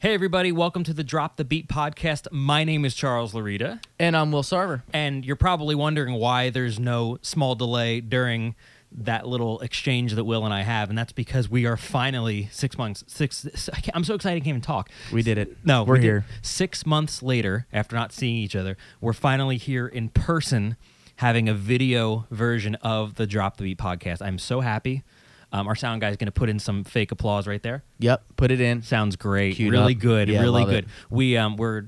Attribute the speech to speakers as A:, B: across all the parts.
A: Hey, everybody, welcome to the Drop the Beat podcast. My name is Charles Larita,
B: And I'm Will Sarver.
A: and you're probably wondering why there's no small delay during that little exchange that Will and I have, and that's because we are finally six months, six, I can't- I'm so excited I can't even talk.
B: We did it.
A: No,
B: We're
A: we did-
B: here.
A: Six months later, after not seeing each other, we're finally here in person having a video version of the Drop the Beat podcast. I'm so happy. Um, our sound guy's going to put in some fake applause right there.
B: Yep, put it in.
A: Sounds great.
B: Queued
A: really
B: up.
A: good.
B: Yeah,
A: really
B: love
A: good.
B: it.
A: We um we're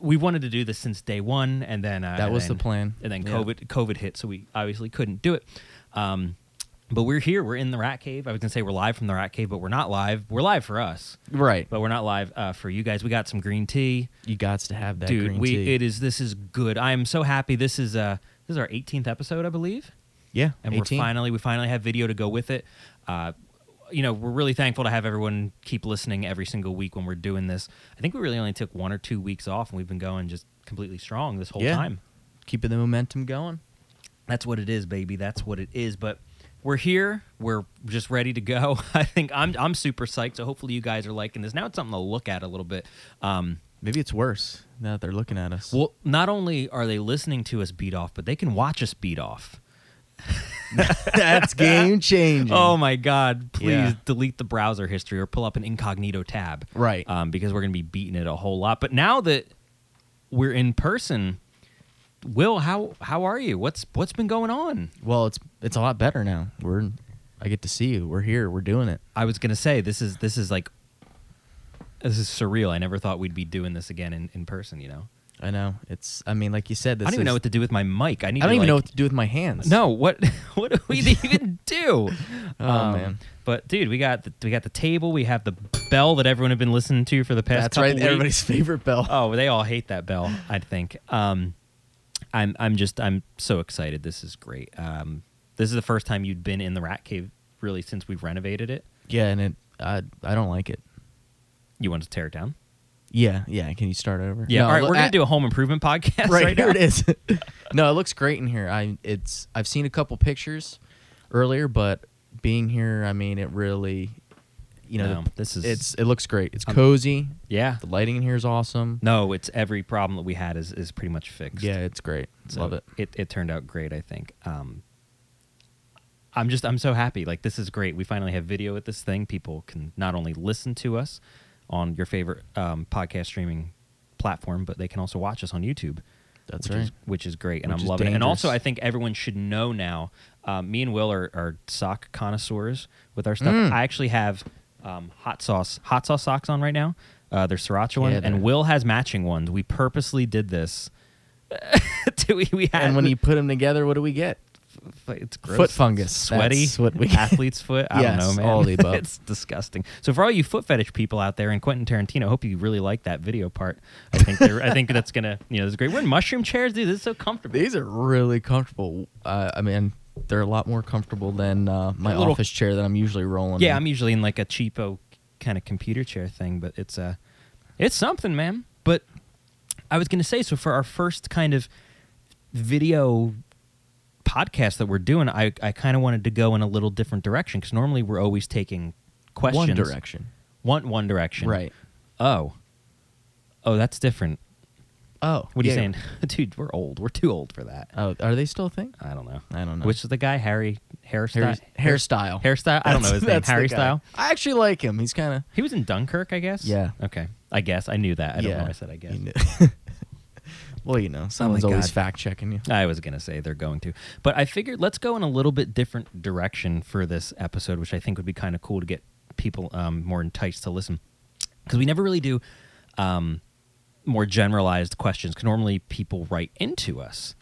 A: we wanted to do this since day one, and then uh,
B: That
A: and
B: was
A: then-
B: the plan.
A: And then
B: Yeah.
A: COVID COVID hit, so we obviously couldn't do it. Um, but we're here. We're in the Rat Cave. I was gonna say we're live from the Rat Cave, but we're not live. We're live for us,
B: Right.
A: but we're not live uh, for you guys. We got some green tea,
B: You got to have that
A: dude.
B: green
A: we
B: tea.
A: it is this is good. I am so happy. This is uh this is our 18th episode, I believe
B: yeah,
A: and
B: 18.
A: we're finally we finally have video to go with it. Uh, you know, we're really thankful to have everyone keep listening every single week when we're doing this. I think we really only took one or two weeks off, and we've been going just completely strong this whole
B: Yeah.
A: time.
B: Keeping the momentum going.
A: That's what it is, baby. That's what it is. But we're here. We're just ready to go. I think I'm I'm super psyched. So hopefully you guys are liking this. Now it's something to look at a little bit. Um,
B: Maybe it's worse now that they're looking at us.
A: well, not only are they listening to us beat off, but they can watch us beat off.
B: That's game changing.
A: Oh my God! Please
B: Yeah.
A: delete the browser history or pull up an incognito tab,
B: Right.
A: Um, because we're gonna be beating it a whole lot. But now that we're in person, Will, how how are you? What's what's been going on?
B: Well, it's it's a lot better now. We're I get to see you. We're here. We're doing it.
A: I was gonna say this is this is like this is surreal. I never thought we'd be doing this again in, in person. You know,
B: I know. It's I mean, like you said, this
A: I don't even
B: is-
A: know what to do with my mic. I need.
B: I don't
A: to,
B: even know
A: like-
B: what to do with my hands.
A: No, what what do we even do? Um,
B: Oh, man.
A: But dude, we got the, we got the table. We have the bell that everyone have been listening to for the past.
B: That's
A: couple
B: right.
A: Weeks.
B: Everybody's favorite bell.
A: Oh, they all hate that bell. I think. Um, I'm I'm just I'm so excited. This is great. Um, this is the first time you'd been in the Rat Cave really since we've renovated it.
B: Yeah, and it I I don't like it.
A: You want to tear it down?
B: Yeah, yeah. Can you start over?
A: Yeah.
B: No,
A: all right, we're gonna
B: I-
A: do a home improvement podcast
B: right,
A: right,
B: here
A: now.
B: it is. no, it looks great in here. I it's I've seen a couple pictures earlier, but being here, I mean, it really, you know,
A: No, this is-
B: it's it looks great. It's cozy.
A: Yeah.
B: The lighting in here is awesome.
A: No, it's every problem that we had is is pretty much fixed.
B: Yeah, it's great.
A: So
B: Love it.
A: It it turned out great, I think. Um I'm just I'm so happy. Like this is great. We finally have video with this thing. People can not only listen to us on your favorite um, podcast streaming platform, but they can also watch us on YouTube.
B: That's
A: which
B: right.
A: Is, which is great, and
B: Which
A: I'm
B: is
A: loving it. And also, I
B: dangerous.
A: think everyone should know now. Um, me and Will are, are sock connoisseurs with our stuff.
B: Mm.
A: I actually have um, hot sauce hot sauce socks on right now. Uh, they're sriracha ones,
B: Yeah, they're-
A: and Will has matching ones. We purposely did this to- we, we had
B: And when you put them together, what do we get?
A: it's gross.
B: Foot fungus.
A: sweaty
B: That's what we-
A: athlete's foot. I
B: Yes,
A: don't know, man.
B: all the above.
A: it's disgusting. So for all you foot fetish people out there, and Quentin Tarantino, I hope you really like that video part. I think they're- I think that's gonna you know it's great. We're in mushroom chairs, dude. This is so comfortable.
B: These are really comfortable. Uh, I mean, they're a lot more comfortable than uh, my
A: Little-
B: office chair that I'm usually rolling.
A: yeah,
B: in.
A: I'm usually in like a cheapo kind of computer chair thing, but it's uh, it's something, man. But I was gonna say, so for our first kind of video podcast that we're doing, I I kind of wanted to go in a little different direction because normally we're always taking questions.
B: one direction.
A: One one direction.
B: Right.
A: Oh. Oh, that's different.
B: Oh,
A: What are you
B: yeah.
A: saying, dude? We're old. We're too old for that.
B: Oh, are they still a thing?
A: I don't know.
B: I don't know.
A: Which is the guy, Harry hairstyle?
B: Harry- hairstyle.
A: Hairstyle. I don't know his name.
B: That's the
A: Harry
B: guy.
A: style.
B: I actually like him. He's kind of.
A: He was in Dunkirk, I guess.
B: Yeah.
A: Okay. I guess I knew that. I don't know. why I said I guess.
B: guess. well, you know, someone's always
A: Oh God.
B: fact checking you.
A: I was gonna say they're going to, but I figured let's go in a little bit different direction for this episode, which I think would be kind of cool to get people um, more enticed to listen, because we never really do um, more generalized questions. 'cause normally people write into us,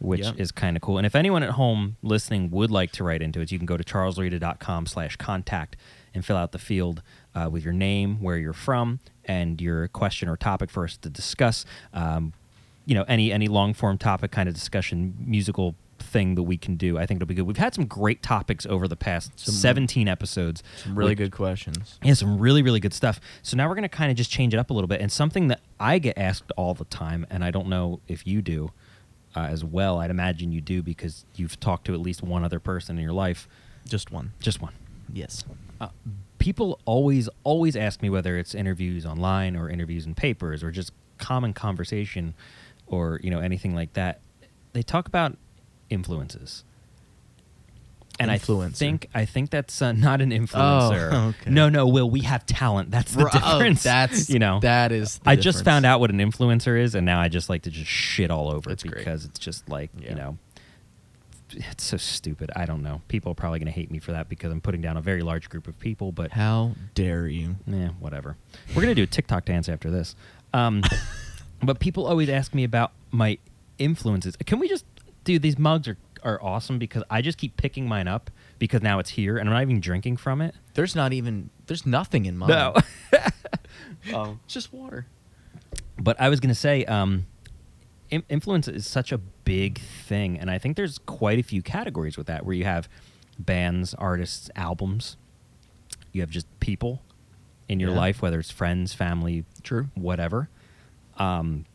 A: which
B: Yeah.
A: is kind of cool. And if anyone at home listening would like to write into us, you can go to charleslita.com slash contact and fill out the field uh, with your name, where you're from, and your question or topic for us to discuss. Um, you know, any any long form topic kind of discussion, musical thing that we can do. I think it'll be good. We've had some great topics over the past
B: Some-
A: 17 episodes.
B: Some really
A: which-
B: good questions.
A: yeah, some really, really good stuff. So now we're going to kind of just change it up a little bit. And something that I get asked all the time, and I don't know if you do uh, as well, I'd imagine you do because you've talked to at least one other person in your life,
B: Just one.
A: just one.
B: Yes.
A: Uh, people always always ask me whether it's interviews online or interviews in papers or just common conversation or you know anything like that they talk about influences and I
B: Influencer. Oh,
A: think I think that's uh, not an influencer.
B: okay.
A: No, no, Will, we have talent. That's the
B: Ru- oh,
A: difference.
B: that's
A: you know
B: that is. The
A: I just found out what an influencer is, and now I just like to just shit all over
B: That's
A: it
B: great.
A: because it's just like
B: Yeah.
A: you know, it's so stupid. I don't know. People are probably going to hate me for that because I'm putting down a very large group of people. But
B: How dare you?
A: yeah, whatever. We're gonna do a TikTok dance after this. Um, but people always ask me about my influences. Can we just, dude? These mugs are are awesome because I just keep picking mine up because now it's here and I'm not even drinking from it.
B: There's not even. There's nothing in mine.
A: No.
B: oh, it's just water.
A: But I was going to say, um, in- influence is such a big thing, and I think there's quite a few categories with that, where you have bands, artists, albums, you have just people in your
B: Yeah.
A: life, whether it's friends, family,
B: True.
A: whatever. Um,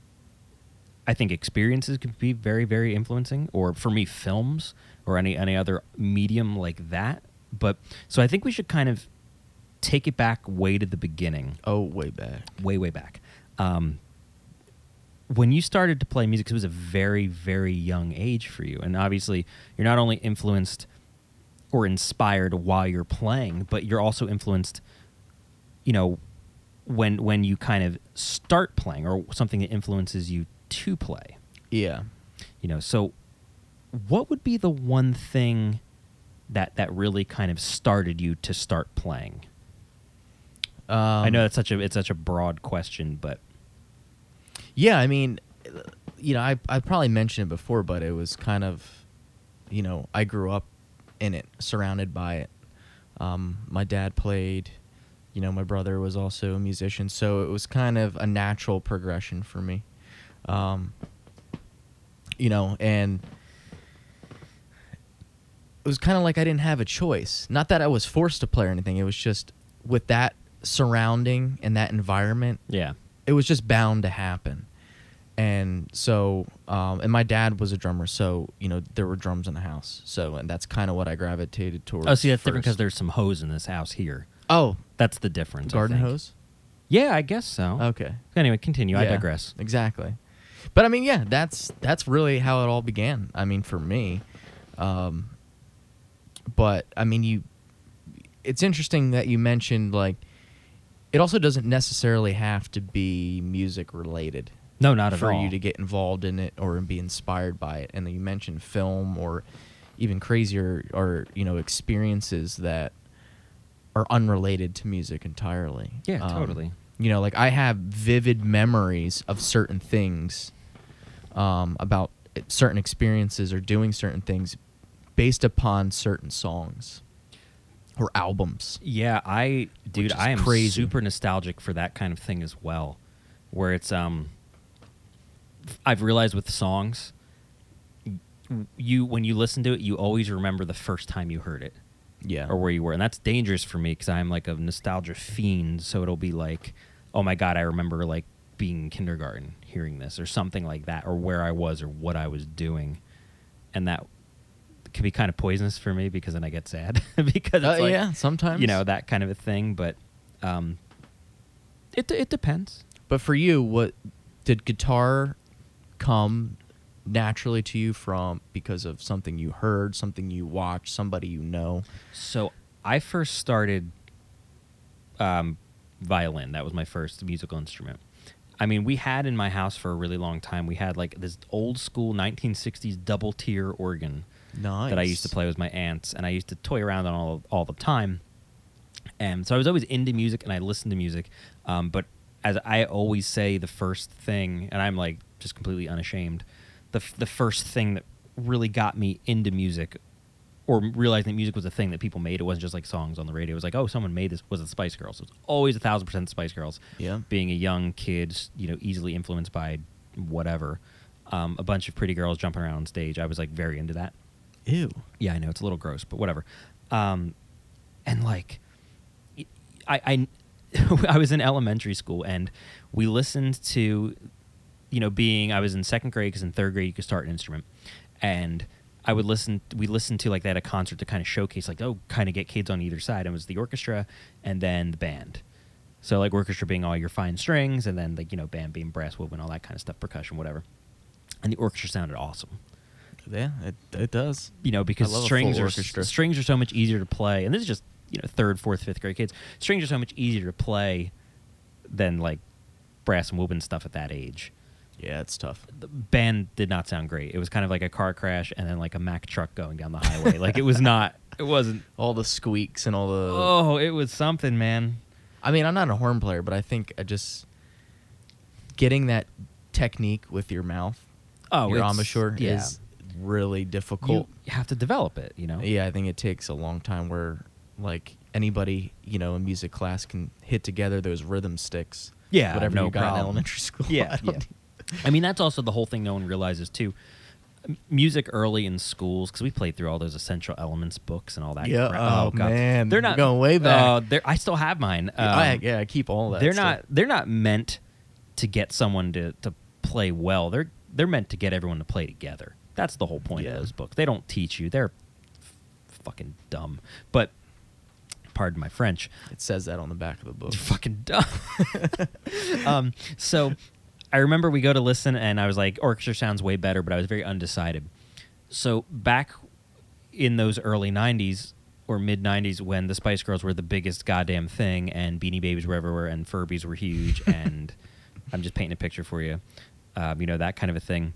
A: I think experiences can be very, very influencing, or for me, films or any any other medium like that. But so I think we should kind of take it back way to the beginning
B: Oh, way back.
A: way way back um, when you started to play music it was a very very young age for you and obviously you're not only influenced or inspired while you're playing but you're also influenced you know when when you kind of start playing or something that influences you to play
B: Yeah.
A: you know so what would be the one thing that that really kind of started you to start playing
B: Um,
A: i know that's such a it's such a broad question but
B: Yeah, I mean, uh, you know, I I probably mentioned it before, but it was kind of, you know, I grew up in it, surrounded by it. Um, my dad played, you know, my brother was also a musician, so it was kind of a natural progression for me. Um, you know, and it was kind of like I didn't have a choice. Not that I was forced to play or anything. It was just with that surrounding and that environment,
A: yeah
B: it was just bound to happen. And so, um, and my dad was a drummer, so you know there were drums in the house. So, and that's kind of what I gravitated towards.
A: Oh, see, that's different because
B: first.
A: there's some hose in this house here.
B: oh
A: That's the difference. I
B: garden
A: think.
B: hose.
A: Yeah, I guess so.
B: Okay,
A: Anyway, continue. I
B: Yeah,
A: digress.
B: Exactly, but I mean, yeah, that's that's really how it all began. I mean, for me, um, but I mean, you. It's interesting that you mentioned like, it also doesn't necessarily have to be music related.
A: No, not at
B: for
A: all.
B: you to get involved in it or be inspired by it. And then you mentioned film or even crazier or you know experiences that are unrelated to music entirely.
A: Yeah,
B: Um,
A: totally.
B: You know, like I have vivid memories of certain things um, about certain experiences or doing certain things based upon certain songs or albums.
A: Yeah, I, dude,
B: is
A: I am
B: crazy.
A: super nostalgic for that kind of thing as well, where it's um. I've realized with songs, you when you listen to it, you always remember the first time you heard it.
B: Yeah.
A: or where you were. And that's dangerous for me because I'm like a nostalgia fiend. So it'll be like, oh my God, I remember like being in kindergarten hearing this or something like that, or where I was or what I was doing. And that can be kind of poisonous for me because then I get sad because it's
B: Uh,
A: like,
B: yeah, sometimes
A: you know, that kind of a thing. But um, it, it depends.
B: But for you, what did guitar come naturally to you from because of something you heard, something you watched, somebody you know?
A: So I first started um, violin. That was my first musical instrument. I mean, we had in my house for a really long time. We had like this old school 1960s double tier organ
B: Nice.
A: that I used to play with my aunts, and I used to toy around on all all the time. And so I was always into music, and I listened to music. Um, but as I always say, the first thing, and I'm like just completely unashamed, the f- the first thing that really got me into music, or realizing that music was a thing that people made. It wasn't just like songs on the radio. It was like, oh, someone made this. Was the Spice Girls? It was always a thousand percent Spice Girls
B: Yeah.
A: being a young kid, you know, easily influenced by whatever, um, a bunch of pretty girls jumping around on stage. I was like very into that.
B: Ew.
A: Yeah, I know it's a little gross, but whatever. Um, and like, I I I was in elementary school, and we listened to, you know, being I was in second grade because in third grade you could start an instrument, and I would listen. We listened to like that at a concert to kind of showcase, like oh, kind of get kids on either side. And it was the orchestra and then the band. So like orchestra being all your fine strings, and then like you know band being brass, woodwind, all that kind of stuff, percussion, whatever. And the orchestra sounded awesome.
B: Yeah, it, it does.
A: You know because
B: I love a
A: strings
B: full
A: are
B: orchestra.
A: strings are so much easier to play, and this is just you know third, fourth, fifth grade kids. Strings are so much easier to play than like brass and woodwind stuff at that age.
B: Yeah, it's tough.
A: the band did not sound great. It was kind of like a car crash and then like a Mack truck going down the highway. like it was not. It wasn't.
B: All the squeaks and all the.
A: Oh, it was something, man.
B: I mean, I'm not a horn player, but I think I just getting that technique with your mouth,
A: Oh,
B: your
A: it's-
B: embouchure,
A: yeah.
B: is really
A: You
B: difficult.
A: have to develop it, you know.
B: Yeah, I think it takes a long time where like anybody, you know, in music class can hit together those rhythm sticks.
A: Yeah,
B: whatever
A: no
B: you got
A: problem.
B: in elementary school.
A: Yeah,
B: I don't
A: yeah.
B: need-
A: I mean, that's also the whole thing. No one realizes too. M- Music early in schools because we played through all those essential elements books and all that.
B: Yeah,
A: crap.
B: oh, man,
A: they're
B: we're
A: not
B: going way back.
A: Oh, they're- I still have mine.
B: I,
A: Um,
B: yeah, I keep all that.
A: they're
B: stuff.
A: not they're not meant to get someone to, to play well. They're they're meant to get everyone to play together. That's the whole point
B: Yeah.
A: of those books. They don't teach you. They're f- fucking dumb. But pardon my French.
B: It says that on the back of the book.
A: They're fucking dumb. um, so I remember we go to listen, and I was like, orchestra sounds way better, but I was very undecided. So back in those early 90s or mid 90s when the Spice Girls were the biggest goddamn thing, and Beanie Babies were everywhere, and Furbies were huge, and I'm just painting a picture for you, um, you know, that kind of a thing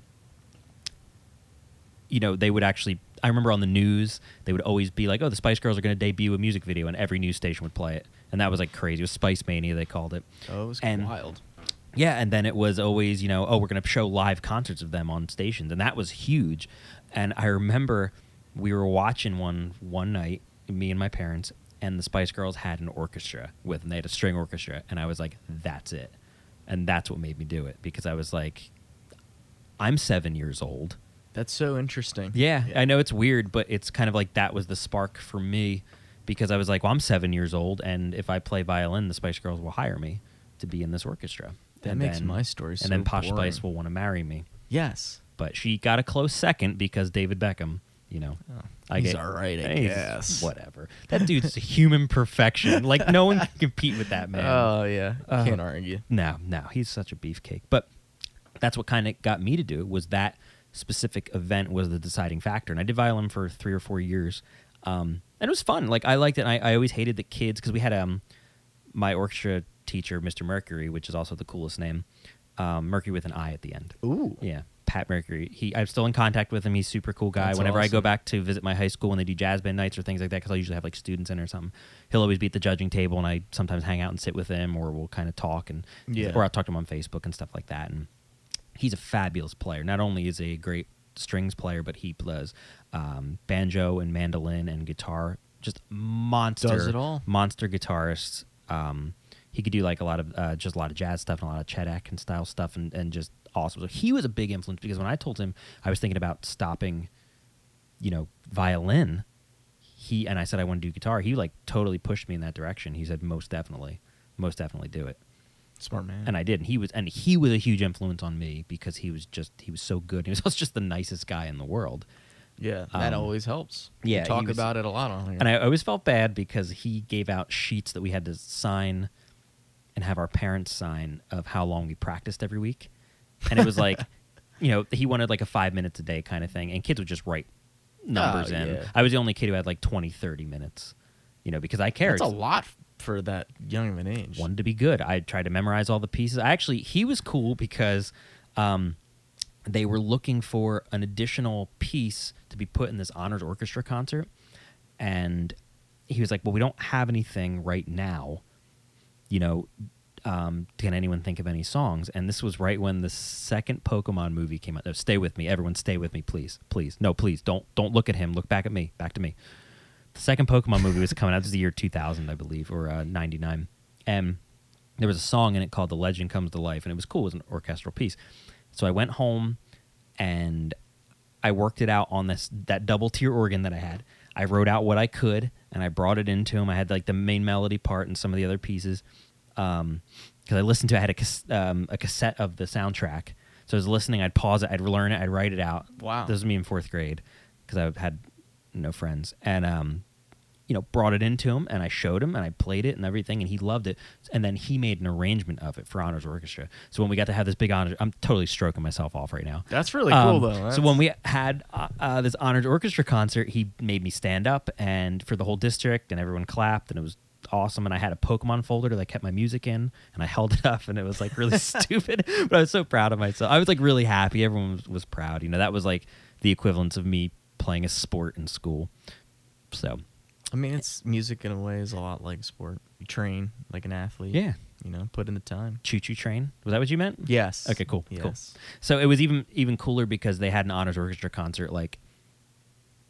A: you know, they would actually. I remember on the news, they would always be like, "Oh, the Spice Girls are going to debut a music video," and every news station would play it, and that was like crazy. It was Spice Mania, they called it.
B: Oh, it was
A: And-
B: wild.
A: Yeah, and then it was always, you know, oh, we're going to show live concerts of them on stations, and that was huge. And I remember we were watching one one night, me and my parents, and the Spice Girls had an orchestra with, and they had a string orchestra, and I was like, that's it, and that's what made me do it because I was like, I'm seven years old.
B: That's so interesting.
A: Yeah, I know it's weird, but it's kind of like that was the spark for me because I was like, well, I'm seven years old, and if I play violin, the Spice Girls will hire me to be in this orchestra.
B: That
A: and
B: makes
A: then,
B: my story
A: And
B: so
A: then Posh
B: boring.
A: Spice will want to marry me,
B: Yes.
A: but she got a close second because David Beckham. You know,
B: Oh, he's all right, I
A: he's-
B: guess.
A: Whatever. That dude's a human perfection. Like no one can compete with that man.
B: Oh yeah.
A: Uh,
B: Can't argue.
A: No, no, he's such a beefcake. But that's what kind of got me to do it was that specific event was the deciding factor. And I did violin for three or four years, um, and it was fun. Like I liked it. And I, I always hated the kids because we had um my orchestra teacher, Mr. Mercury, which is also the coolest name, um, Mercury with an I at the end.
B: Ooh.
A: Yeah, Pat Mercury. He, I'm still in contact with him. He's a super cool guy.
B: That's
A: Whenever I go
B: awesome.
A: back to visit my high school when they do jazz band nights or things like that, because I usually have like students in or something, he'll always be at the judging table, and I sometimes hang out and sit with him, or we'll kind of talk and
B: Yeah.
A: or I'll talk to him on Facebook and stuff like that. And he's a fabulous player. Not only is he a great strings player, but he plays um, banjo and mandolin and guitar. Just monster,
B: Does it all.
A: monster guitarist. Um, he could do like a lot of uh, just a lot of jazz stuff and a lot of Chet Atkin style stuff, and, and just awesome. So he was a big influence because when I told him I was thinking about stopping, you know, violin, he and I said I want to do guitar. He like totally pushed me in that direction. He said most definitely, most definitely do it
B: Smart man.
A: and I did. And he was, and he was a huge influence on me because he was just, he was so good. He was also just the nicest guy in the world.
B: Yeah, that
A: Um,
B: always helps.
A: yeah,
B: we
A: he
B: talk
A: was-
B: about it a lot on here.
A: And I always felt bad because he gave out sheets that we had to sign and have our parents sign of how long we practiced every week. And it was like, you know, he wanted like a five minutes a day kind of thing. And kids would just write numbers
B: Oh,
A: in.
B: yeah.
A: I was the only kid who had like 20, 30 minutes, you know, because I cared.
B: That's a lot f- for that young of an age.
A: wanted to be good. I tried to memorize all the pieces. I actually he was cool because um, they were looking for an additional piece to be put in this honors orchestra concert, and he was like, "Well, we don't have anything right now. You know, um, can anyone think of any songs?" And this was right when the second Pokemon movie came out. No, stay with me, everyone. Stay with me, please, please. No, please don't don't look at him. Look back at me. Back to me the second Pokemon movie was coming out. This is the year 2000, I believe, or uh, 99. And there was a song in it called The Legend Comes to Life, and it was cool. It was an orchestral piece. So I went home and I worked it out on this that double tier organ that I had. I wrote out what I could and I brought it into him. I had like the main melody part and some of the other pieces. Um, because I listened to, I had a, cas- um, a cassette of the soundtrack. So I was listening, I'd pause it, I'd learn it, I'd write it out.
B: Wow.
A: This was me in fourth grade. because I had no friends, and um, you know, brought it into him, and I showed him, and I played it and everything, and he loved it, and then he made an arrangement of it for honors orchestra. So when we got to have this big honors, I'm totally stroking myself off right now.
B: That's really
A: Um,
B: cool, though.
A: So when we had uh, uh, this honored orchestra concert, he made me stand up and for the whole district, and everyone clapped, and it was awesome. And I had a Pokemon folder that I kept my music in, and I held it up, and it was like really stupid, but I was so proud of myself. I was like really happy. Everyone was, was proud. You know, that was like the equivalent of me playing a sport in school. So
B: I mean, it's music in a way is a lot like sport. You train like an athlete.
A: yeah,
B: You know, put in the time.
A: choo choo train. Was that what you meant?
B: Yes.
A: Okay, cool, cool.
B: Yes.
A: So it was even even cooler because they had an honors orchestra concert like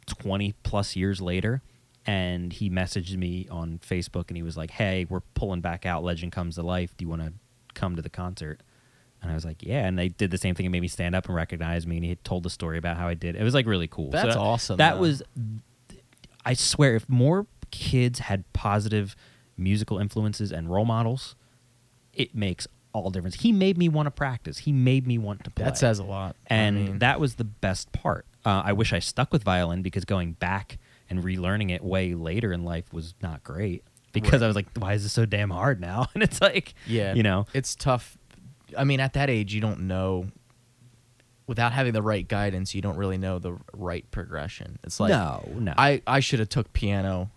A: 20 plus years later and he messaged me on Facebook and he was like, "Hey, we're pulling back out Legend Comes to Life. Do you want to come to the concert?" And I was like, "Yeah." And they did the same thing and made me stand up and recognize me and he told the story about how I did. It was like really cool.
B: That's
A: that-
B: awesome,
A: That
B: though.
A: was I swear if more kids had positive musical influences and role models, it makes all difference. He made me want to practice. He made me want to play.
B: That says a lot. I
A: and
B: mean,
A: that was the best part. Uh, I wish I stuck with violin because going back and relearning it way later in life was not great. Because I was like, why is this so damn hard now? And it's like,
B: Yeah.
A: you know,
B: it's tough. I mean, at that age, you don't know. Without having the right guidance, you don't really know the right progression. It's like
A: no, no,
B: I I should have took piano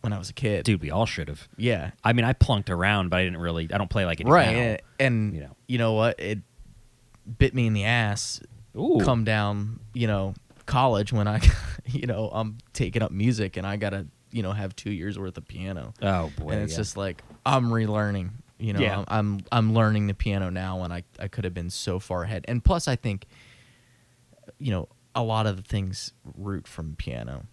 B: when I was a kid.
A: dude, we all should have.
B: Yeah.
A: I mean, I plunked around, but I didn't really. I don't play like it
B: Right.
A: now.
B: And, and
A: you
B: you
A: know.
B: know what? It bit me in the ass.
A: Ooh.
B: Come down, you know, college when I, you know, I'm taking up music and I gotta, you know, have two years worth of piano.
A: Oh boy,
B: and it's
A: yeah.
B: just like I'm relearning. You know,
A: Yeah.
B: I'm, I'm I'm learning the piano now, and I I could have been so far ahead. And plus, I think, you know, a lot of the things root from piano.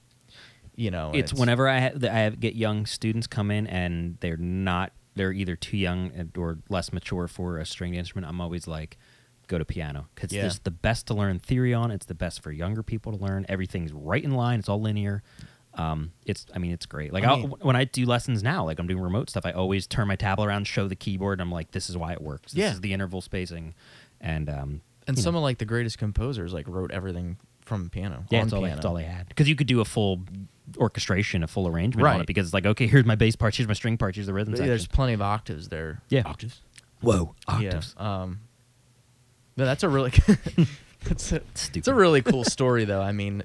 B: You know, and
A: it's, whenever I have, I have, get young students come in and they're not they're either too young and- or less mature for a stringed instrument. I'm always like, go to piano because
B: Yeah.
A: it's the best to learn theory on. It's the best for younger people to learn. Everything's right in line. It's all linear. Um, it's I mean it's great. Like
B: I
A: I
B: mean-
A: when I do lessons now, like I'm doing remote stuff, I always turn my tablet around, show the keyboard. And I'm like, this is why it works. This
B: Yeah.
A: is the interval spacing, and um, you
B: and
A: know.
B: some of like the greatest composers like wrote everything from piano.
A: Yeah,
B: on
A: it's all, they,
B: piano.
A: it's all they had. Because you could do a full orchestration, a full arrangement on it.
B: Right.
A: Because it's like, okay, here's my bass part, here's my string part, here's the rhythm section.
B: There's plenty of octaves there.
A: Yeah.
B: octaves.
A: Whoa,
B: Yeah,
A: octaves.
B: Um, no, that's a really that's a, it's
A: Stupid.
B: a really cool story though. I mean,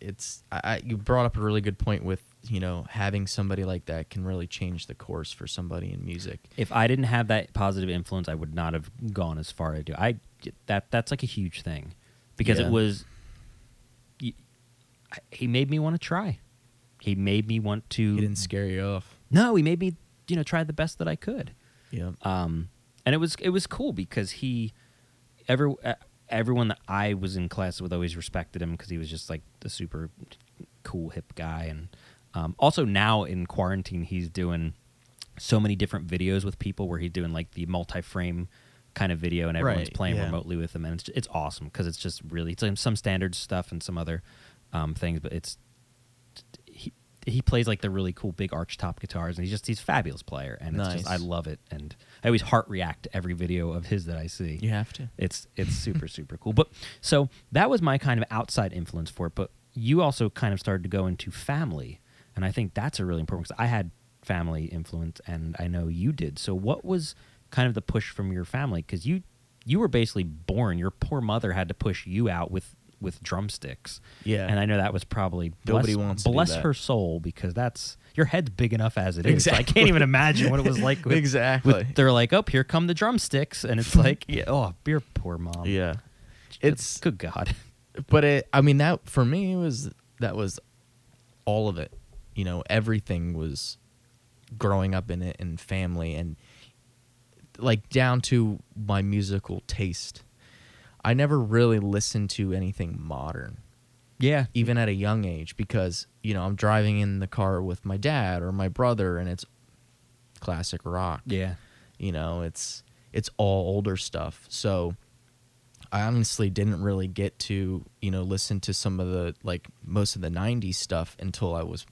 B: it's I, I, you brought up a really good point with you know having somebody like that can really change the course for somebody in music.
A: If I didn't have that positive influence, I would not have gone as far as I do. I that that's like a huge thing because
B: Yeah.
A: it was. y- I- He made me want to try. He made me want to.
B: He didn't scare you off.
A: no, he made me you know try the best that I could.
B: Yeah,
A: um, and it was it was cool because he every uh, everyone that I was in class with always respected him because he was just like the super cool hip guy and um, also now in quarantine he's doing so many different videos with people where he's doing like the multi-frame kind of video and everyone's
B: Right,
A: playing
B: yeah.
A: remotely with him and it's, it's awesome because it's just really it's like some standard stuff and some other um, things but it's he he plays like the really cool big arch top guitars and he's just he's a fabulous player and it's just I
B: Nice.
A: love it and I always heart react to every video of his that I see.
B: you have to.
A: It's it's super super cool. But so that was my kind of outside influence for it. But you also kind of started to go into family, and I think that's a really important because I had family influence, and I know you did. So what was kind of the push from your family? Because you you were basically born. Your poor mother had to push you out with with drumsticks.
B: Yeah.
A: and I know that was probably
B: Nobody
A: bless,
B: wants to do
A: bless
B: that.
A: her soul because that's your head's big enough as it is. I
B: Exactly.
A: can't even imagine what it was like. With,
B: Exactly.
A: with- they're like, oh, here come the drumsticks, and it's like, yeah, oh, your poor mom.
B: Yeah, it's
A: good God.
B: but it i mean that for me it was that was all of it you know everything was growing up in it and family and like down to my musical taste i never really listened to anything modern
A: Yeah,
B: even at a young age because you know i'm driving in the car with my dad or my brother and it's classic rock
A: yeah,
B: you know it's it's all older stuff so i honestly didn't really get to you know listen to some of the like most of the 90s stuff until i was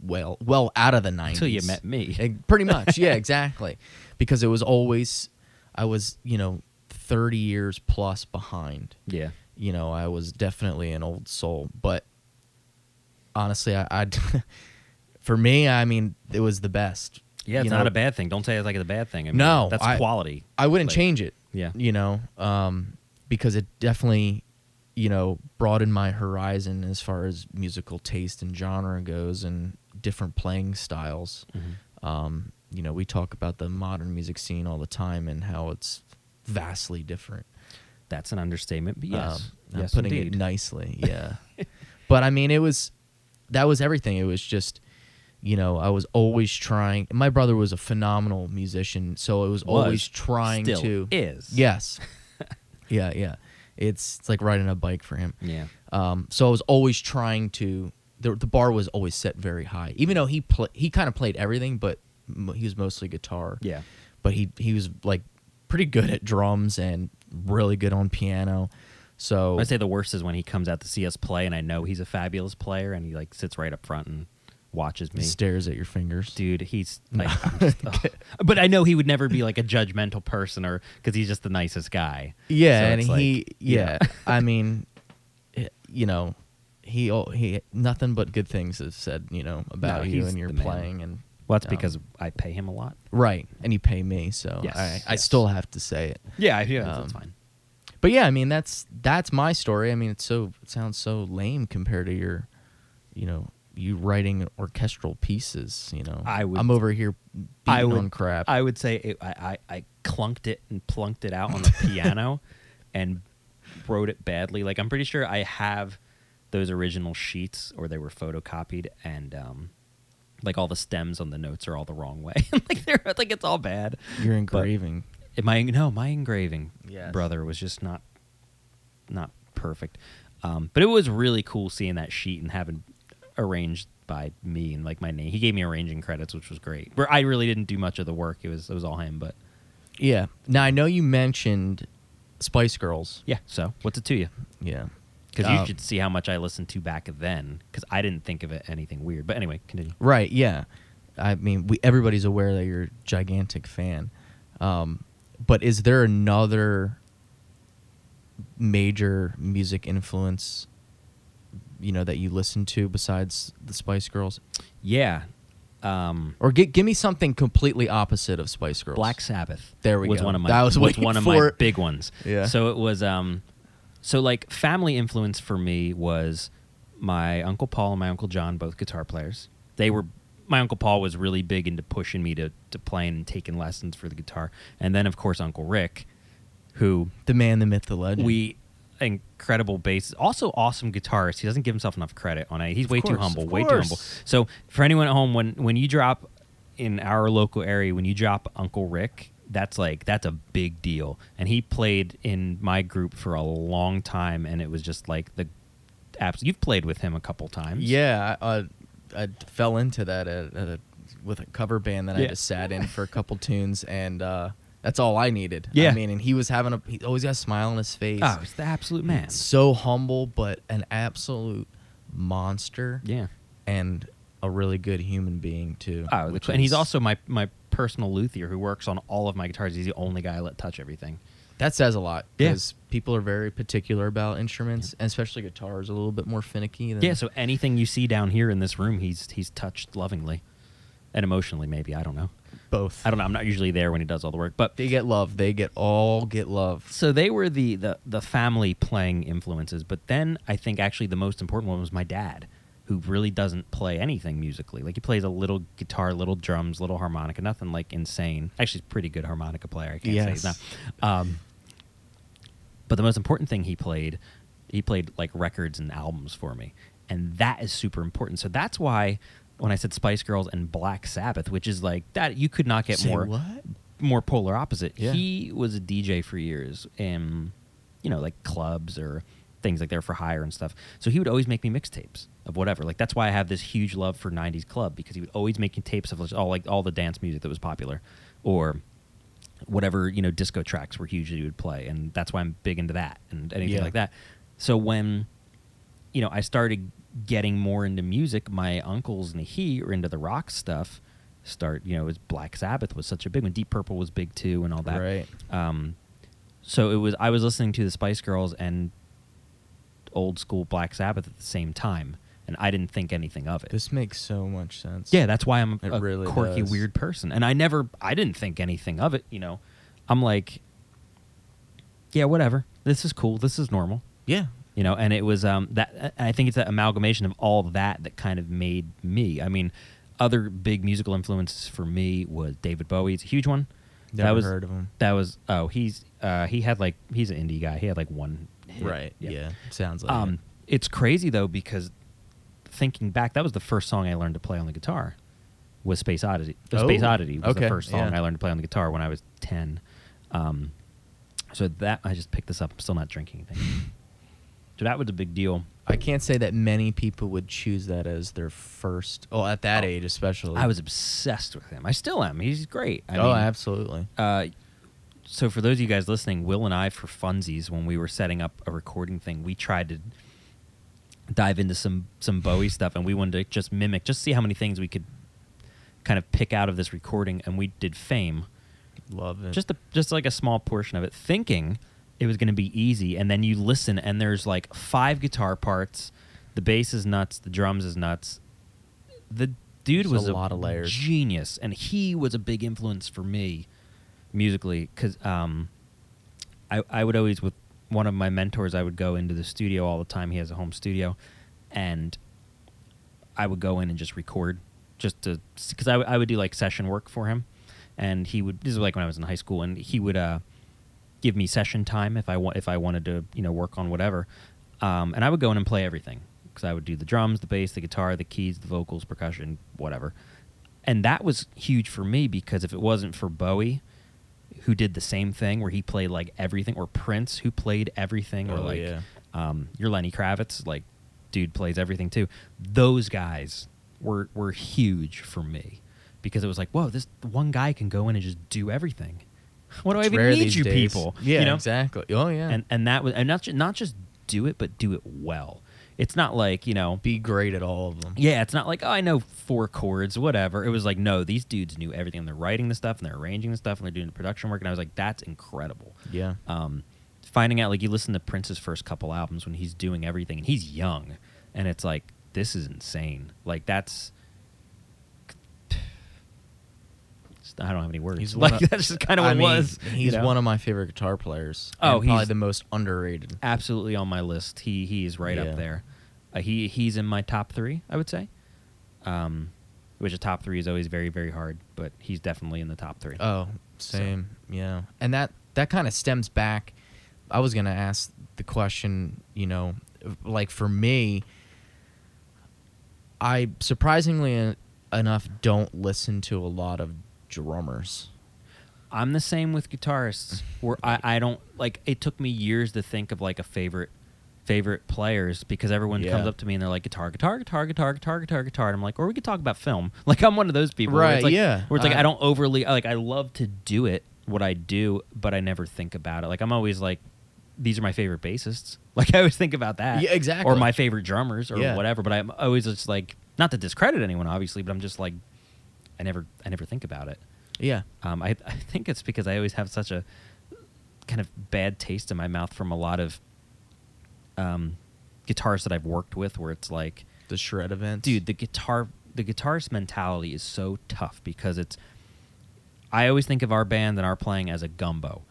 B: well well out of the 90s
A: until you met me.
B: Eh, pretty much yeah exactly because it was always i was you know 30 years plus behind
A: yeah,
B: you know i was definitely an old soul but honestly, I, I for me, I mean, it was the best.
A: Yeah, it's
B: You
A: not
B: know,
A: a bad thing. Don't say it's like a bad thing. I mean,
B: No,
A: that's
B: I-
A: quality.
B: I wouldn't
A: like-
B: change it.
A: Yeah.
B: You know, um, because it definitely, you know, broadened my horizon as far as musical taste and genre goes, and different playing styles. Um, you know, we talk about the modern music scene all the time and how it's vastly different.
A: That's an understatement. But yes,
B: Um, I'm
A: yes,
B: putting
A: indeed.
B: it nicely. Yeah. but I mean, it was that was everything. It was just, you know, I was always trying. My brother was a phenomenal musician, so it was,
A: Was,
B: always trying
A: Still
B: to.
A: is
B: Yes. yeah, yeah. It's it's like riding a bike for him.
A: yeah.
B: Um, so I was always trying to. The, the bar was always set very high, even though he pla he kind of played everything, but m- he was mostly guitar
A: Yeah.
B: but he he was like pretty good at drums and really good on piano. So
A: I say the worst is when he comes out to see us play, and I know he's a fabulous player, and he like sits right up front and watches me.
B: stares at your fingers.
A: Dude, he's like, I'm just- ugh. but I know he would never be like a judgmental person, or because he's just the nicest guy.
B: yeah,
A: So
B: and
A: it's like,
B: he yeah, I mean, eh, you know, he al- he nothing but good things is said you know
A: No,
B: about you
A: he's
B: and your
A: the man.
B: playing and
A: Well, that's
B: um,
A: because I pay him a lot.
B: right and you pay me so
A: Yes,
B: I I
A: yes.
B: still have to say it.
A: Yeah, yeah, that's
B: Um,
A: fine.
B: But yeah, I mean that's that's my story. I mean it's so it sounds so lame compared to your, you know, you writing orchestral pieces. You know,
A: I would-
B: I'm over here beating
A: I would-
B: on crap.
A: I would say it, I, I I clunked it and plunked it out on the piano, and wrote it badly. Like I'm pretty sure I have those original sheets, or they were photocopied, and um, like all the stems on the notes are all the wrong way. like they're like it's all bad.
B: You're engraving.
A: It- my no, my engraving
B: Yes.
A: brother was just not not perfect. Um, but it was really cool seeing that sheet and having arranged by me and like my name. He gave me arranging credits, which was great. Where I really didn't do much of the work. It was it was all him. But
B: yeah. Now I know you mentioned Spice Girls.
A: yeah, so what's it to you?
B: Yeah.
A: Because you
B: Um,
A: should see how much I listened to back then. Because I didn't think of it anything weird. But anyway, continue.
B: Right. Yeah. I mean, we everybody's aware that you're a gigantic fan. Um, but is there another major music influence, you know, that you listen to besides the Spice Girls?
A: Yeah, um,
B: Or gi- give me something completely opposite of Spice Girls.
A: Black Sabbath.
B: There we
A: was
B: go.
A: One of my,
B: That I was
A: was
B: waiting
A: one of
B: for
A: my
B: it.
A: big ones.
B: Yeah.
A: So it was um, so like family influence for me was my uncle Paul and my uncle John, both guitar players. They were my uncle Paul was really big into pushing me to to playing and taking lessons for the guitar, and then of course Uncle Rick, who
B: the man, the myth, the legend.
A: we incredible bass also awesome guitarist he doesn't give himself enough credit on it he's way too
B: course,
A: humble
B: of
A: way too
B: course.
A: humble so for anyone at home when when you drop in our local area when you drop uncle rick that's like that's a big deal and he played in my group for a long time and it was just like the apps you've played with him a couple times
B: Yeah, I, I, I fell into that at, at a, with a cover band that I
A: Yeah.
B: just sat in for a couple tunes, and uh, that's all I needed.
A: Yeah.
B: I mean, and he was having a he always got a smile on his face.
A: oh it's the absolute man
B: so humble, but an absolute monster.
A: yeah
B: and a really good human being too.
A: oh
B: which
A: the, and he's
B: is-
A: also my my personal luthier who works on all of my guitars he's the only guy i let touch everything
B: that says a lot
A: Yeah.
B: because people are very particular about instruments, and especially guitars, a little bit more finicky. Than,
A: Yeah, so anything you see down here in this room, he's he's touched lovingly and emotionally maybe, I don't know.
B: both.
A: I don't know, I'm not usually there when he does all the work, but
B: They get love. They get all get love.
A: so they were the the the family playing influences, but then I think actually the most important one was my dad, who really doesn't play anything musically. Like he plays a little guitar, little drums, little harmonica, nothing like insane. Actually, he's a pretty good harmonica player. I can't say he's not.
B: Yes.
A: Um, but the most important thing he played, he played like records and albums for me. And that is super important. So that's why when I said Spice Girls and Black Sabbath, which is like that, you could not get
B: Say
A: more
B: what?
A: more polar opposite.
B: Yeah.
A: He was a DJ for years in, you know, like clubs or things like there for hire and stuff. So he would always make me mixtapes of whatever. Like that's why I have this huge love for '90s club because he would always make me tapes of all like all the dance music that was popular, or whatever you know disco tracks were huge that he would play, and that's why I'm big into that and anything
B: Yeah.
A: like that. So when you know, I started getting more into music. My uncles and he are into the rock stuff. Start, you know, it was Black Sabbath was such a big one. Deep Purple was big too, and all that.
B: Right.
A: Um, so it was. I was listening to the Spice Girls and old school Black Sabbath at the same time, and I didn't think anything of it.
B: This makes so much sense.
A: Yeah, that's why I'm
B: It
A: a
B: really
A: quirky,
B: does.
A: weird person. And I never, I didn't think anything of it. You know, I'm like, yeah, whatever. This is cool. This is normal.
B: Yeah.
A: You know, and it was um, that. and I think it's that amalgamation of all that that kind of made me. I mean, other big musical influences for me was David Bowie. It's a huge one.
B: Never
A: that was
B: heard of him.
A: that was oh he's uh, he had like he's an indie guy. He had like one hit.
B: Right. Yeah. Sounds like
A: Um,
B: it.
A: it's crazy though because thinking back, that was the first song I learned to play on the guitar. Was Space Oddity? Uh, Space
B: Oh,
A: Oddity was
B: okay,
A: the first song
B: yeah.
A: I learned to play on the guitar when I was ten. Um, so that I just picked this up. I'm still not drinking anything. so that was a big deal.
B: I can't say that many people would choose that as their first. Oh, at that age especially.
A: I was obsessed with him. I still am. He's great. I
B: oh,
A: mean,
B: absolutely.
A: Uh, so for those of you guys listening, Will and I, for funsies, when we were setting up a recording thing, we tried to dive into some some Bowie stuff, and we wanted to just mimic, just see how many things we could kind of pick out of this recording, and we did Fame,
B: Love it.
A: just a, just like a small portion of it, thinking it was going to be easy, and then you listen, and there's like five guitar parts, the bass is nuts, the drums is nuts, the dude
B: There's a
A: was
B: lot of layers.
A: genius, and he was a big influence for me musically because um, I I would always with one of my mentors I would go into the studio all the time. He has a home studio, and I would go in and just record just to because I would- I would do like session work for him, and he would this is like when I was in high school, and he would uh give me session time if I want if I wanted to you know work on whatever, um, and I would go in and play everything because I would do the drums, the bass, the guitar, the keys, the vocals, percussion, whatever, and that was huge for me because if it wasn't for Bowie, who did the same thing where he played like everything, or Prince who played everything, or
B: Oh,
A: like
B: yeah.
A: um, your Lenny Kravitz, like dude plays everything too. Those guys were were huge for me because it was like, whoa, this one guy can go in and just do everything. What do I
B: It's
A: even
B: rare
A: need
B: these
A: you
B: days.
A: people?
B: Yeah,
A: you know?
B: exactly. Oh yeah.
A: And and that was and not ju- not just do it, but do it well. It's not like you know.
B: be great at all of them.
A: Yeah, it's not like oh, I know four chords, whatever. It was like no, these dudes knew everything. And they're writing the stuff, and they're arranging the stuff, and they're doing the production work. And I was like, that's incredible
B: Yeah.
A: um, finding out like you listen to Prince's first couple albums when he's doing everything and he's young, and it's like this is insane. Like that's I don't have any words.
B: He's one
A: like
B: of-
A: that's just kind of what
B: I
A: it
B: mean,
A: was. you
B: He's
A: know?
B: one of my favorite guitar players.
A: Oh,
B: and probably
A: he's-
B: the most underrated.
A: absolutely on my list. He he is right
B: Yeah.
A: up there. Uh, he he's in my top three, I would say. Um, which a top three is always very very hard, but he's definitely in the top three.
B: Oh, same. Yeah. And that that kind of stems back I was going to ask the question, you know, like for me I surprisingly en- enough don't listen to a lot of drummers.
A: I'm the same with guitarists. Where I, I don't like. It took me years to think of like a favorite favorite players because everyone
B: Yeah.
A: comes up to me and they're like guitar, guitar, guitar, guitar, guitar, guitar, guitar. And I'm like, or we could talk about film. Like I'm one of those people. Where
B: Right,
A: it's like,
B: yeah. Uh,
A: Where it's like
B: I-
A: I don't overly like. I love to do it what I do, but I never think about it. Like I'm always like, these are my favorite bassists. Like I always think about that.
B: Yeah, exactly.
A: Or my favorite drummers or
B: Yeah.
A: whatever. But I'm always just like, not to discredit anyone, obviously, but I'm just like, I never, I never think about it.
B: Yeah.
A: Um, I, I think it's because I always have such a kind of bad taste in my mouth from a lot of um, guitars that I've worked with, where it's like,
B: The shred events.
A: dude, the guitar, the guitarist mentality is so tough because it's. I always think of our band and our playing as a gumbo.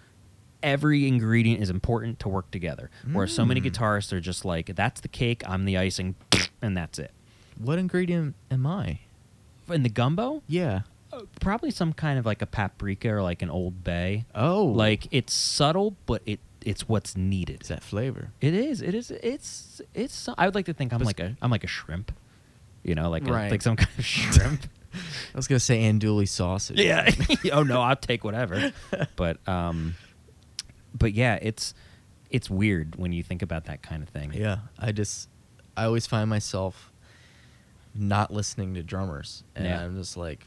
A: Every ingredient is important to work together. Whereas so many
B: Mm.
A: guitarists are just like, that's the cake, I'm the icing, and that's it.
B: what ingredient am I?
A: In the gumbo,
B: Yeah.
A: uh, probably some kind of like a paprika or like an old bay.
B: Oh.
A: Like it's subtle, but it it's what's needed.
B: it's that flavor.
A: It is. It is. It's. It's. I would like to think I'm
B: But-
A: like a. I'm like a shrimp. You know, like a-
B: Right.
A: like some kind of shrimp.
B: I was going to say andouille sausage.
A: yeah. oh no, I'll take whatever. But um, but yeah, it's it's weird when you think about that kind of thing.
B: Yeah, I just I always find myself not listening to drummers, and
A: Yeah.
B: I'm just like,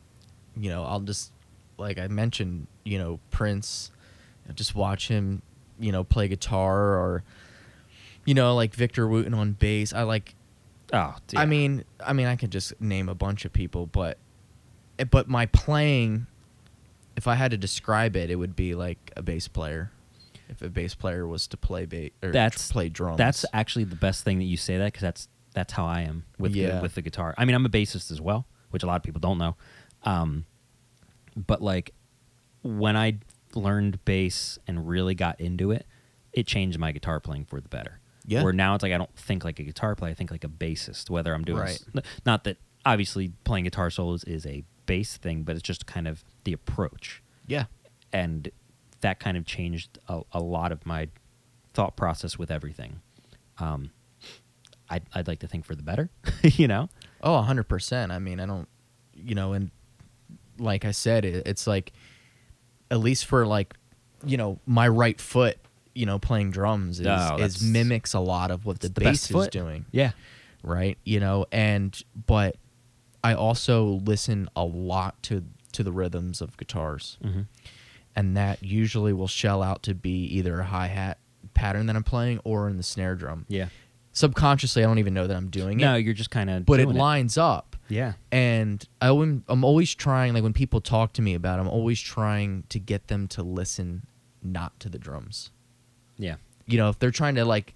B: you know, I'll just like I mentioned, you know, Prince, I just watch him, you know, play guitar or, you know, like Victor Wooten on bass. I like.
A: Oh,
B: I
A: yeah.
B: mean, I mean, I could just name a bunch of people, but, eh, but my playing, if I had to describe it, it would be like a bass player. If a bass player was to play bass or
A: that's
B: play drums,
A: That's actually the best thing that you say that because that's That's how I am with
B: Yeah.
A: the, with the guitar. I mean, I'm a bassist as well, which a lot of people don't know. Um, but like when I learned bass and really got into it, it changed my guitar playing for the better.
B: Yeah.
A: Where now it's like I don't think like a guitar player, I think like a bassist. Whether I'm doing
B: Right.
A: s- not that obviously playing guitar solos is a bass thing, but it's just kind of the approach
B: Yeah.
A: and that kind of changed a, a lot of my thought process with everything. Um, I'd, I'd like to think for the better, you know.
B: Oh, 100%. I mean, I don't, you know, and like I said, it, it's like, at least for like, you know, my right foot, you know, playing drums is,
A: Oh,
B: is
A: that's-
B: mimics a lot of what the,
A: the
B: bass
A: best
B: is
A: foot.
B: doing.
A: Yeah,
B: Right. You know, and, but I also listen a lot to, to the rhythms of guitars.
A: hmm
B: And that usually will shell out to be either a hi hat pattern that I'm playing or in the snare drum.
A: yeah.
B: Subconsciously, I don't even know that I'm doing
A: No,
B: it,
A: you're just kind of.
B: but it lines up
A: Yeah,
B: and I wouldn't- I'm always trying like when people talk to me about it, I'm always trying to get them to listen not to the drums.
A: yeah,
B: You know, if they're trying to like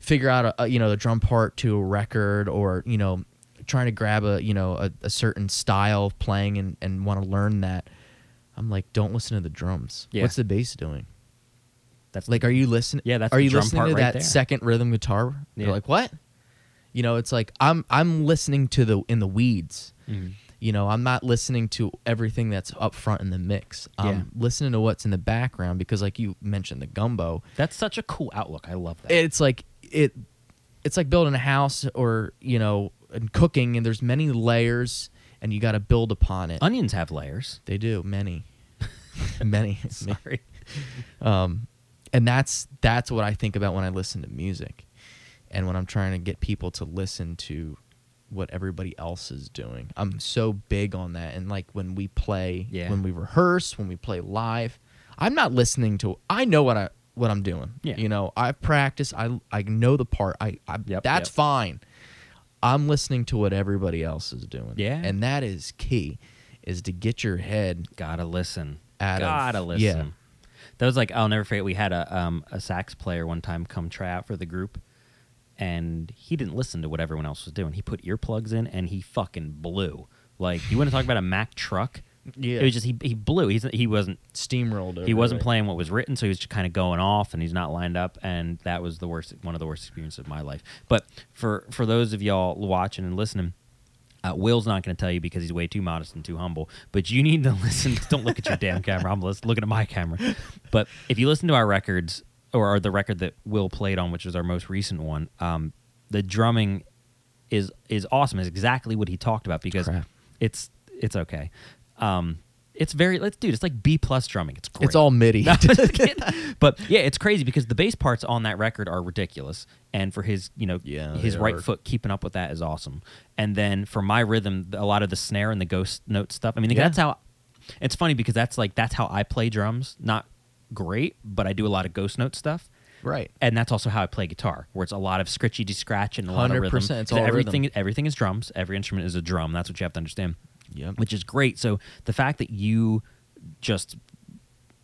B: figure out a, a, you know the drum part to a record or you know trying to grab a you know a, a certain style of playing and, and want to learn that, I'm like don't listen to the drums.
A: Yeah.
B: What's the bass doing?
A: that's
B: Like, are you listening?
A: Yeah, that's
B: Are
A: the
B: you
A: drum
B: listening
A: part
B: to
A: right
B: that
A: there.
B: second rhythm guitar? You're
A: Yeah.
B: like, what? You know, it's like I'm I'm listening to the in the weeds.
A: Mhm.
B: You know, I'm not listening to everything that's up front in the mix. I'm
A: Yeah.
B: listening to what's in the background because, like you mentioned, the gumbo.
A: that's such a cool outlook. I love that.
B: It's like it, it's like building a house or you know, and cooking. And there's many layers, and you got to build upon it.
A: Onions have layers.
B: they do many, many.
A: Sorry.
B: um, and that's that's what I think about when I listen to music, and when I'm trying to get people to listen to what everybody else is doing. I'm so big on that, and like when we play,
A: Yeah.
B: when we rehearse, when we play live, I'm not listening to. I know what I what I'm doing.
A: Yeah.
B: you know, I've practiced. I I know the part. I, I
A: Yep,
B: that's
A: yep.
B: fine. I'm listening to what everybody else is doing.
A: Yeah.
B: and that is key, is to get your head
A: Gotta listen.
B: Out of-
A: Gotta listen.
B: yeah.
A: That was like I'll never forget. We had a um, a sax player one time come try out for the group, and he didn't listen to what everyone else was doing. He put earplugs in and he fucking blew. Like you want to talk about a Mack truck?
B: Yeah.
A: It was just he he blew. He's he wasn't
B: steamrolled. Over
A: he wasn't
B: it.
A: playing what was written, so he was just kind of going off, and he's not lined up, and that was the worst, one of the worst experiences of my life. But for for those of y'all watching and listening, uh, Will's not going to tell you because he's way too modest and too humble. But you need to listen. don't look at your damn camera. I'm lis- looking at my camera. But if you listen to our records or the record that Will played on, which was our most recent one, um, the drumming is is awesome. Is exactly what he talked about because
B: crap.
A: it's it's okay. Um, it's very let's dude. It's like B plus drumming. It's great.
B: It's all MIDI.
A: No, I'm just kidding. but yeah, it's crazy because the bass parts on that record are ridiculous, and for his you know
B: Yeah,
A: his
B: they
A: right
B: are.
A: foot keeping up with that is awesome. And then for my rhythm, a lot of the snare and the ghost note stuff. I mean,
B: Yeah.
A: that's how. It's funny because that's like that's how I play drums. Not great, but I do a lot of ghost note stuff.
B: right.
A: And that's also how I play guitar, where it's a lot of scritchy scratch and a lot of rhythm.
B: 100%, it's
A: 'Cause
B: all
A: everything
B: rhythm.
A: everything is drums. Every instrument is a drum. That's what you have to understand
B: Yep.
A: which is great. So the fact that you just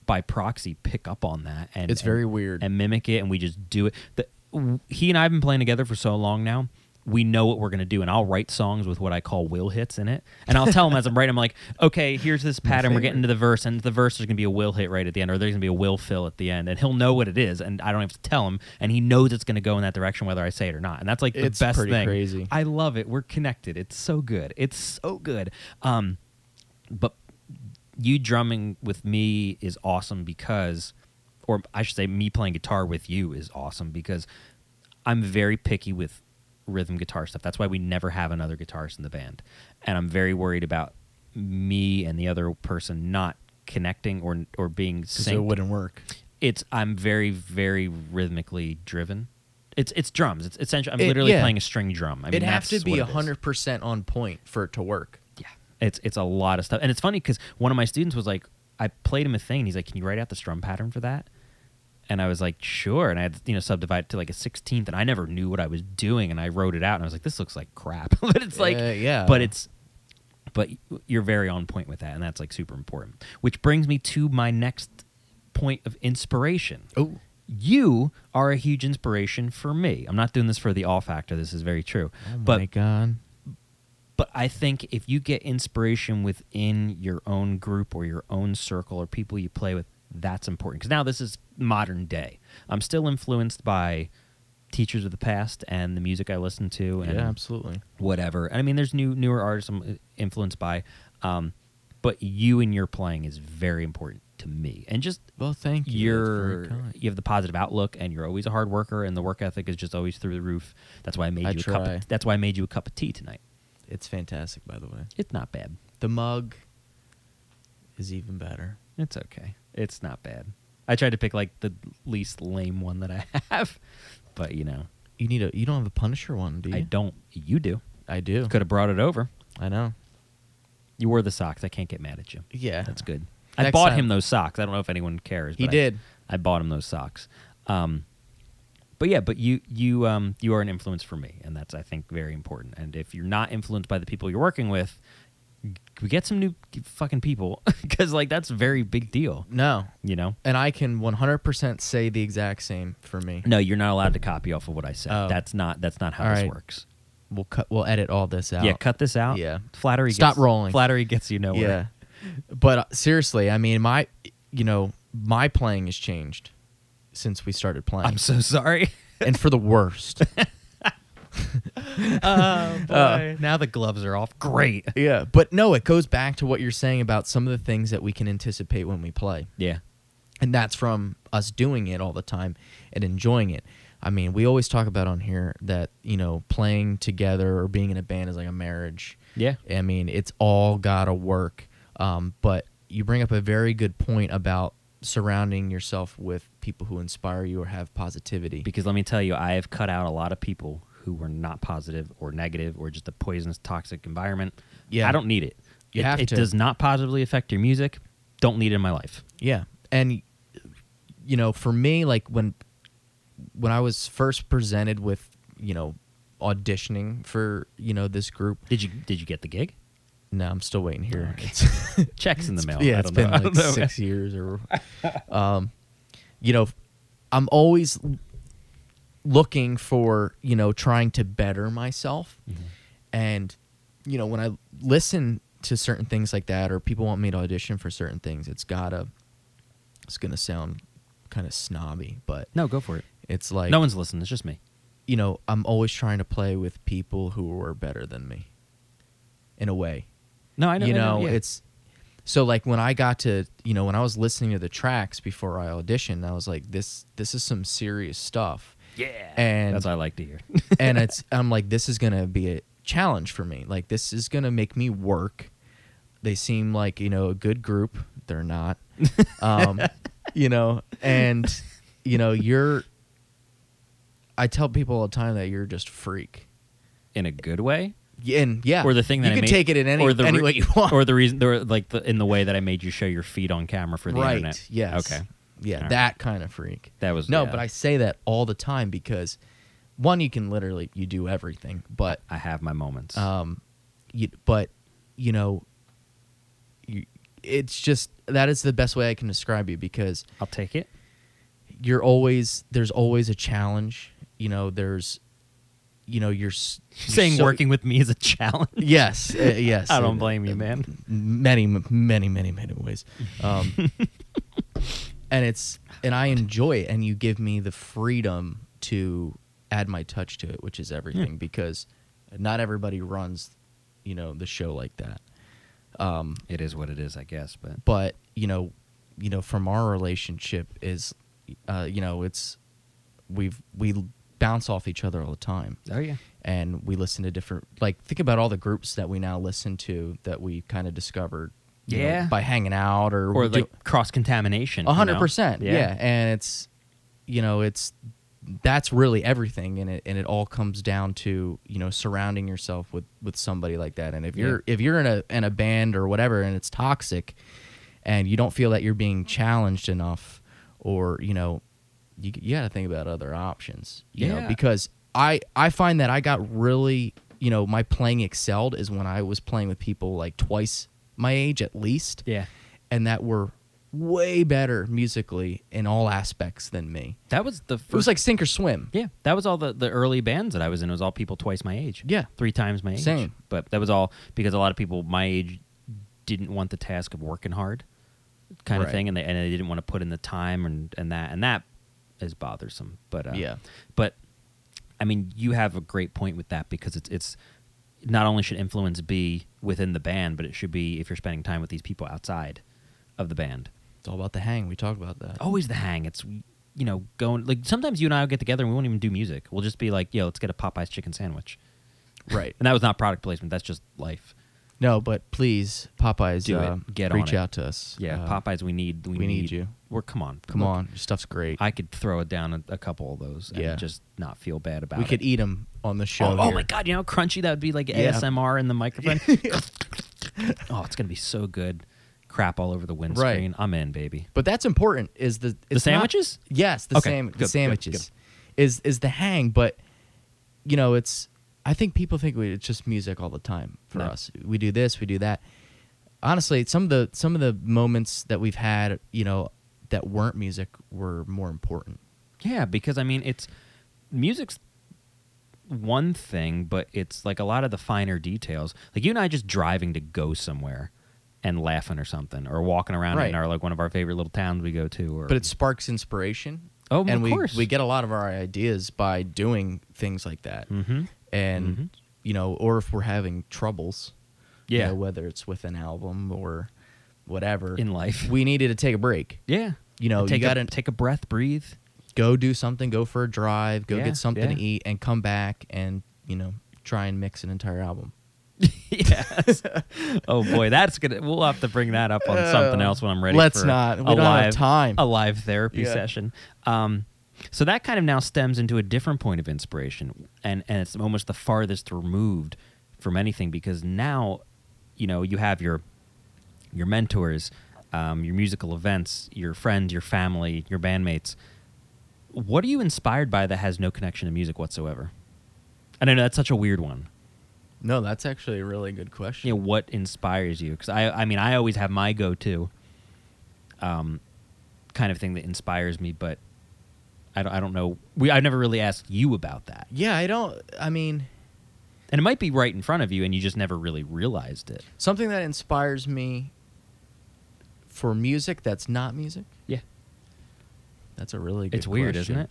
A: by proxy pick up on that and
B: It's
A: and-
B: very weird.
A: and mimic it, and we just do it. The, w- he and I have been playing together for so long now. We know what we're gonna do, and I'll write songs with what I call will hits in it, and I'll tell him as I'm writing, I'm like, okay, here's this pattern. We're getting to the verse, and the verse is gonna be a will hit right at the end, or there's gonna be a will fill at the end, and he'll know what it is, and I don't have to tell him, and he knows it's gonna go in that direction whether I say it or not, and that's like the
B: It's
A: best
B: pretty
A: thing.
B: crazy.
A: I love it. We're connected. It's so good. It's so good. Um, but you drumming with me is awesome because, or I should say, me playing guitar with you is awesome because I'm very picky with rhythm guitar stuff. That's why we never have another guitarist in the band, and I'm very worried about me and the other person not connecting or or being
B: So it
A: synced
B: wouldn't work.
A: it's I'm very very rhythmically driven. It's it's drums. It's essentially I'm
B: It-
A: literally
B: yeah.
A: playing a string drum. I mean,
B: It'd have to
A: that's
B: be
A: what it is.
B: hundred percent on point for it to work.
A: Yeah, it's it's a lot of stuff, and it's funny because one of my students was like, I played him a thing. And he's like, can you write out the strum pattern for that? And I was like, sure. And I had to, you know subdivide it to like a sixteenth, and I never knew what I was doing, and I wrote it out, and I was like, this looks like crap, but it's like,
B: Yeah, yeah.
A: but it's. But you're very on point with that, and that's like super important. Which brings me to my next point of inspiration
B: Oh,
A: You are a huge inspiration for me. I'm not doing this for the all factor. This is very true.
B: Oh
A: but
B: my god.
A: but I think if you get inspiration within your own group or your own circle or people you play with, that's important. Because now this is modern day. I'm still influenced by teachers of the past and the music I listen to and
B: Yeah, absolutely.
A: whatever. And I mean, there's new newer artists I'm uh, influenced by, um, but you and your playing is very important to me. And just
B: Well, thank you. That's very
A: you're
B: kind.
A: you have the positive outlook and you're always a hard worker and the work ethic is just always through the roof. That's why I made
B: I
A: you a cup.
B: try.
A: Of, that's why I made you a cup of tea tonight.
B: It's fantastic, by the way.
A: It's not bad.
B: The mug is even better.
A: It's okay. It's not bad. I tried to pick like the least lame one that I have, but you know,
B: You need a. You don't have a Punisher one, do you?
A: I don't. You do.
B: I do.
A: Could have brought it over.
B: I know.
A: You wore the socks. I can't get mad at you.
B: Yeah,
A: That's good. I
B: Next
A: bought
B: time.
A: him those socks. I don't know if anyone cares.
B: He
A: but I-
B: did.
A: I bought him those socks. Um, but yeah, but you you um, you are an influence for me, and that's I think very important. And if you're not influenced by the people you're working with, g- get some new fucking people because like that's a very big deal.
B: No,
A: You know,
B: and I can 100% say the exact same for me.
A: no, you're not allowed to copy off of what I said.
B: Oh.
A: That's not that's not how
B: All
A: this
B: right.
A: works.
B: We'll cut. We'll edit all this out.
A: Yeah, cut this out.
B: Yeah.
A: flattery.
B: Stop
A: gets,
B: rolling.
A: Flattery gets you nowhere.
B: Yeah, but uh, seriously, I mean, my, you know, my playing has changed since we started playing,
A: I'm so sorry.
B: and for the worst.
A: Oh, boy.
B: Uh,
A: now the gloves are off. Great.
B: yeah, but no, it goes back to what you're saying about some of the things that we can anticipate when we play.
A: Yeah.
B: and that's from us doing it all the time and enjoying it. I mean, we always talk about on here that you know playing together or being in a band is like a marriage.
A: Yeah.
B: I mean, it's all gotta work. Um, but you bring up a very good point about surrounding yourself with people who inspire you or have positivity.
A: because let me tell you, I have cut out a lot of people who were not positive or negative or just a poisonous, toxic environment.
B: Yeah.
A: I don't need it.
B: You
A: it,
B: have
A: it
B: to.
A: does not positively affect your music. Don't need it in my life.
B: Yeah, and you know, for me, like when when I was first presented with you know auditioning for you know this group.
A: Did you Did you get the gig?
B: No, I'm still waiting here.
A: Okay.
B: It's-
A: Checks in the mail.
B: Yeah,
A: I
B: it's
A: don't
B: been
A: know. I
B: like
A: don't know.
B: six years or, um, you know, I'm always looking for you know trying to better myself,
A: Mm-hmm.
B: and you know when I listen to certain things like that or people want me to audition for certain things, it's gotta. It's gonna sound kind of snobby, but
A: No, go for it.
B: it's like
A: no one's listening. It's just me.
B: you know I'm always trying to play with people who are better than me, in a way
A: No, I know.
B: you
A: I
B: know
A: yeah.
B: it's so like when i got to you know when i was listening to the tracks before i auditioned i was like this this is some serious stuff
A: yeah.
B: and-
A: that's what I like to hear.
B: and it's i'm like this is gonna be a challenge for me like this is gonna make me work they seem like you know a good group they're not um you know and you know you're i tell people all the time that you're just a freak
A: in a good way.
B: and yeah
A: Or the thing that
B: you
A: I
B: can
A: made-
B: take it in any,
A: or the
B: any
A: re-
B: way you want
A: or the reason, or like the, in the way that I made you show your feet on camera for the
B: right.
A: internet.
B: Yes.
A: Okay.
B: Yeah,
A: All right.
B: that kind of freak.
A: That was
B: no,
A: yeah.
B: but I say that all the time because one, you can literally you do everything, but
A: I have my moments.
B: um, you, but you know, you, it's just that is the best way I can describe you because
A: I'll take it.
B: you're always there's always a challenge. You know, there's, you know, you're, s- you're
A: Saying
B: so-
A: working with me is a challenge.
B: Yes, uh, yes.
A: I don't
B: Uh,
A: blame you, man.
B: many many many many ways um, and it's and i enjoy it and you give me the freedom to add my touch to it which is everything because not everybody runs you know the show like that um,
A: It is what it is, I guess. But
B: but you know you know from our relationship is uh, you know it's we've we bounce off each other all the time
A: oh yeah,
B: and we listen to different like think about all the groups that we now listen to that we kind of discovered you know,
A: Yeah.
B: by hanging out or
A: or
B: do-
A: like cross contamination.
B: a hundred percent
A: Yeah.
B: yeah. and it's you know it's that's really everything and it and it all comes down to you know surrounding yourself with with somebody like that and if you're if you're in a in a band or whatever and it's toxic and you don't feel that you're being challenged enough or you know you, you got to think about other options you know
A: Yeah.
B: because i i find that i got really you know my playing excelled is when i was playing with people like twice my age at least
A: Yeah.
B: and that were way better musically in all aspects than me.
A: That was the first.
B: It was like sink or swim.
A: yeah, that was all the, the early bands that I was in. It was all people twice my age.
B: Yeah.
A: three times my age.
B: Same.
A: But that was all because a lot of people my age didn't want the task of working hard, kind of
B: Right.
A: thing, and they and they didn't want to put in the time and and that and that is bothersome. But uh,
B: Yeah.
A: but I mean, you have a great point with that because it's it's not only should influence be within the band, but it should be if you're spending time with these people outside of the band.
B: It's all about the hang. We talked about that.
A: always the hang. It's you know going like sometimes you and I will get together and we won't even do music. We'll just be like, yo, let's get a Popeyes chicken sandwich.
B: Right.
A: And that was not product placement. That's just life.
B: No, but please, Popeyes,
A: Do it.
B: uh,
A: Get on
B: reach
A: it.
B: out to us.
A: Yeah,
B: Uh,
A: Popeyes. We need. We,
B: we need you.
A: We're come on.
B: Come
A: Look,
B: on, your stuff's great.
A: I could throw it down a, a couple of those and
B: Yeah.
A: just not feel bad about
B: we
A: it.
B: could eat them on the show.
A: Oh, oh
B: here.
A: my god! You know how crunchy that would be, like
B: Yeah.
A: ASMR in the microphone. oh, it's gonna be so good. Crap all over the windscreen. I'm in, baby.
B: But that's important. Is the it's not-
A: sandwiches?
B: yes, the
A: Okay,
B: same
A: good,
B: the
A: good,
B: sandwiches
A: good.
B: is is the hang. But you know, it's I think people think we, it's just music all the time for
A: No.
B: us. We do this, we do that. Honestly, some of the some of the moments that we've had, you know, that weren't music were more important.
A: Yeah, because I mean, it's music's one thing, but it's like a lot of the finer details. Like you and I just driving to go somewhere and laughing or something, or walking around
B: Right.
A: in our like one of our favorite little towns we go to. Or
B: But it sparks inspiration.
A: Oh,
B: and
A: of
B: we,
A: course.
B: we get a lot of our ideas by doing things like that.
A: hmm
B: And
A: Mhm.
B: you know, or if we're having troubles, you
A: yeah
B: know, whether it's with an album or whatever.
A: in life.
B: we needed to take a break.
A: yeah,
B: You know,
A: take
B: you got
A: a,
B: to
A: take a breath, breathe.
B: go do something, go for a drive, go
A: Yeah,
B: get something to
A: yeah.
B: eat, and come back and you know try and mix an entire album.
A: yes. oh boy, that's gonna. We'll have to bring that up on something
B: Uh,
A: else when I'm ready.
B: let's
A: for
B: not. We
A: a
B: don't have
A: live-
B: time.
A: A live therapy
B: Yeah.
A: session. Um, so that kind of now stems into a different point of inspiration, and and it's almost the farthest removed from anything because now, you know, you have your your mentors, um, your musical events, your friends, your family, your bandmates. What are you inspired by that has no connection to music whatsoever? And I know that's such a weird one
B: No, that's actually a really good question.
A: you know, what inspires you because I, I mean i always have my go-to um, kind of thing that inspires me but i don't, I don't know we, i've never really asked you about that
B: yeah, I don't. I mean,
A: and it might be right in front of you and you just never really realized it
B: something that inspires me for music that's not music.
A: yeah
B: That's a really good.
A: it's weird
B: question.
A: isn't it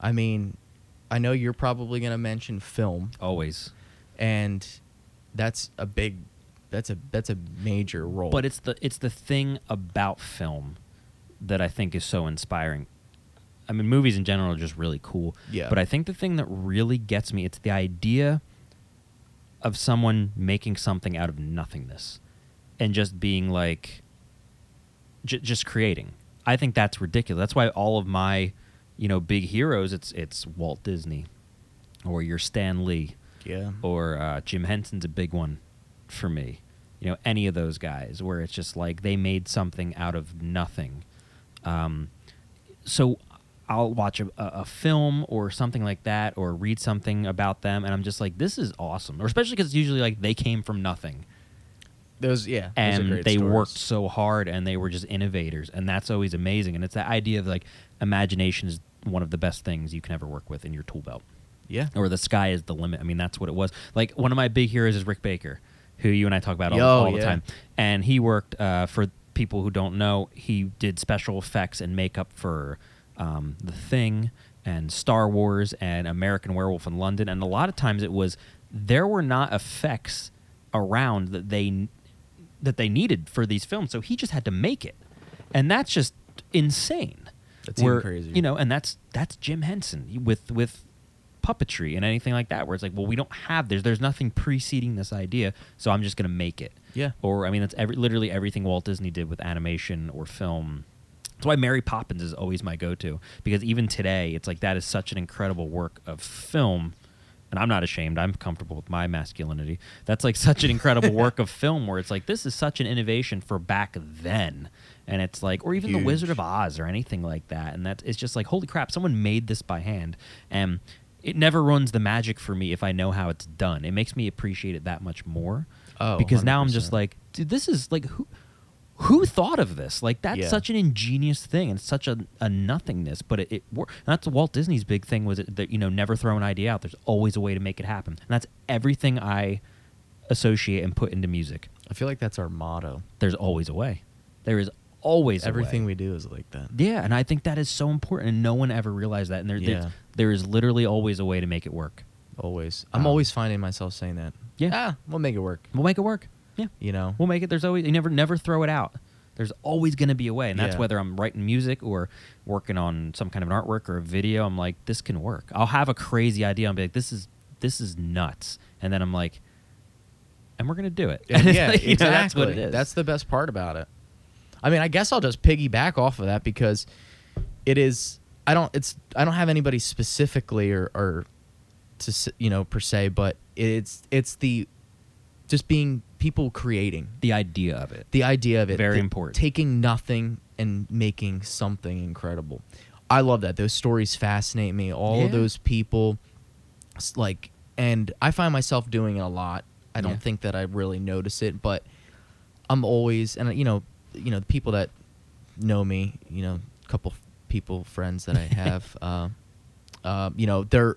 B: I mean, I know you're probably going to mention film,
A: always
B: and that's a big, that's a that's a major role.
A: but it's the it's the thing about film that i think is so inspiring i mean movies in general are just really cool
B: Yeah.
A: but i think the thing that really gets me it's the idea of someone making something out of nothingness and just being like j- just creating i think that's ridiculous that's why all of my you know big heroes it's it's walt disney or your stan lee
B: yeah.
A: or uh, Jim Henson's a big one for me. You know, any of those guys where it's just like they made something out of nothing. Um, so I'll watch a, a a film or something like that or read something about them, and I'm just like, this is awesome. Or especially because usually like they came from nothing
B: Those yeah, those are
A: and
B: great
A: they
B: stories.
A: worked so hard and they were just innovators and that's always amazing and it's that idea of like imagination is one of the best things you can ever work with in your tool belt
B: Yeah.
A: or the sky is the limit. I mean, that's what it was. Like one of my big heroes is Rick Baker, who you and I talk about all,
B: Yo,
A: all the
B: yeah.
A: time. And he worked uh, for people who don't know. He did special effects and makeup for um, The Thing and Star Wars and American Werewolf in London. And a lot of times it was there were not effects around that they that they needed for these films. So he just had to make it, and that's just insane.
B: That's even crazy.
A: You know, and that's that's Jim Henson with with puppetry and anything like that, where it's like, well, we don't have there's there's nothing preceding this idea, so I'm just gonna make it.
B: Yeah.
A: Or I mean, that's every literally everything Walt Disney did with animation or film. That's why Mary Poppins is always my go-to because even today, it's like that is such an incredible work of film. And I'm not ashamed. I'm comfortable with my masculinity. That's like such an incredible work of film where it's like this is such an innovation for back then. And it's like, or even The
B: Huge.
A: Wizard of Oz or anything like that. And that it's just like, holy crap, someone made this by hand. And it never ruins the magic for me if I know how it's done. It makes me appreciate it that much more.
B: Oh,
A: because now I'm just
B: 100%.
A: like, dude, this is like who who thought of this? Like that's
B: Yeah.
A: such an ingenious thing and such a, a nothingness, but it, it worked. That's Walt Disney's big thing was that you know never throw an idea out. There's always a way to make it happen, and that's everything I associate and put into music.
B: I feel like that's our motto.
A: There's always a way. There is always
B: Everything
A: A way.
B: we do is like that.
A: Yeah, and I think that is so important, and no one ever realized that. And there,
B: Yeah.
A: there is literally always a way to make it work.
B: Always. I'm
A: Um,
B: always finding myself saying that.
A: Yeah.
B: Ah, we'll make it work.
A: We'll make it work. Yeah,
B: You know?
A: we'll make it. There's always you never never throw it out. There's always going to be a way, and that's
B: Yeah.
A: whether I'm writing music or working on some kind of an artwork or a video. I'm like, this can work. I'll have a crazy idea. I'll be like, this is this is nuts, and then I'm like, and we're gonna do it.
B: Yeah,
A: It's
B: yeah,
A: like, you know,
B: exactly.
A: that's what it is.
B: That's the best part about it. I mean, I guess I'll just piggyback off of that because it is. I don't. It's. I don't have anybody specifically or, or to s- you know per se, but it's it's the just being people creating
A: the idea of it.
B: the idea of it.
A: Very
B: the-
A: important.
B: Taking nothing and making something incredible. I love that. Those stories fascinate me. All
A: Yeah.
B: of those people, s- like, and I find myself doing it a lot. I don't
A: Yeah.
B: think that I really notice it, but I'm always, and you know, you know, the people that know me, you know, a couple f- people, friends that I have, uh, uh, you know, they're,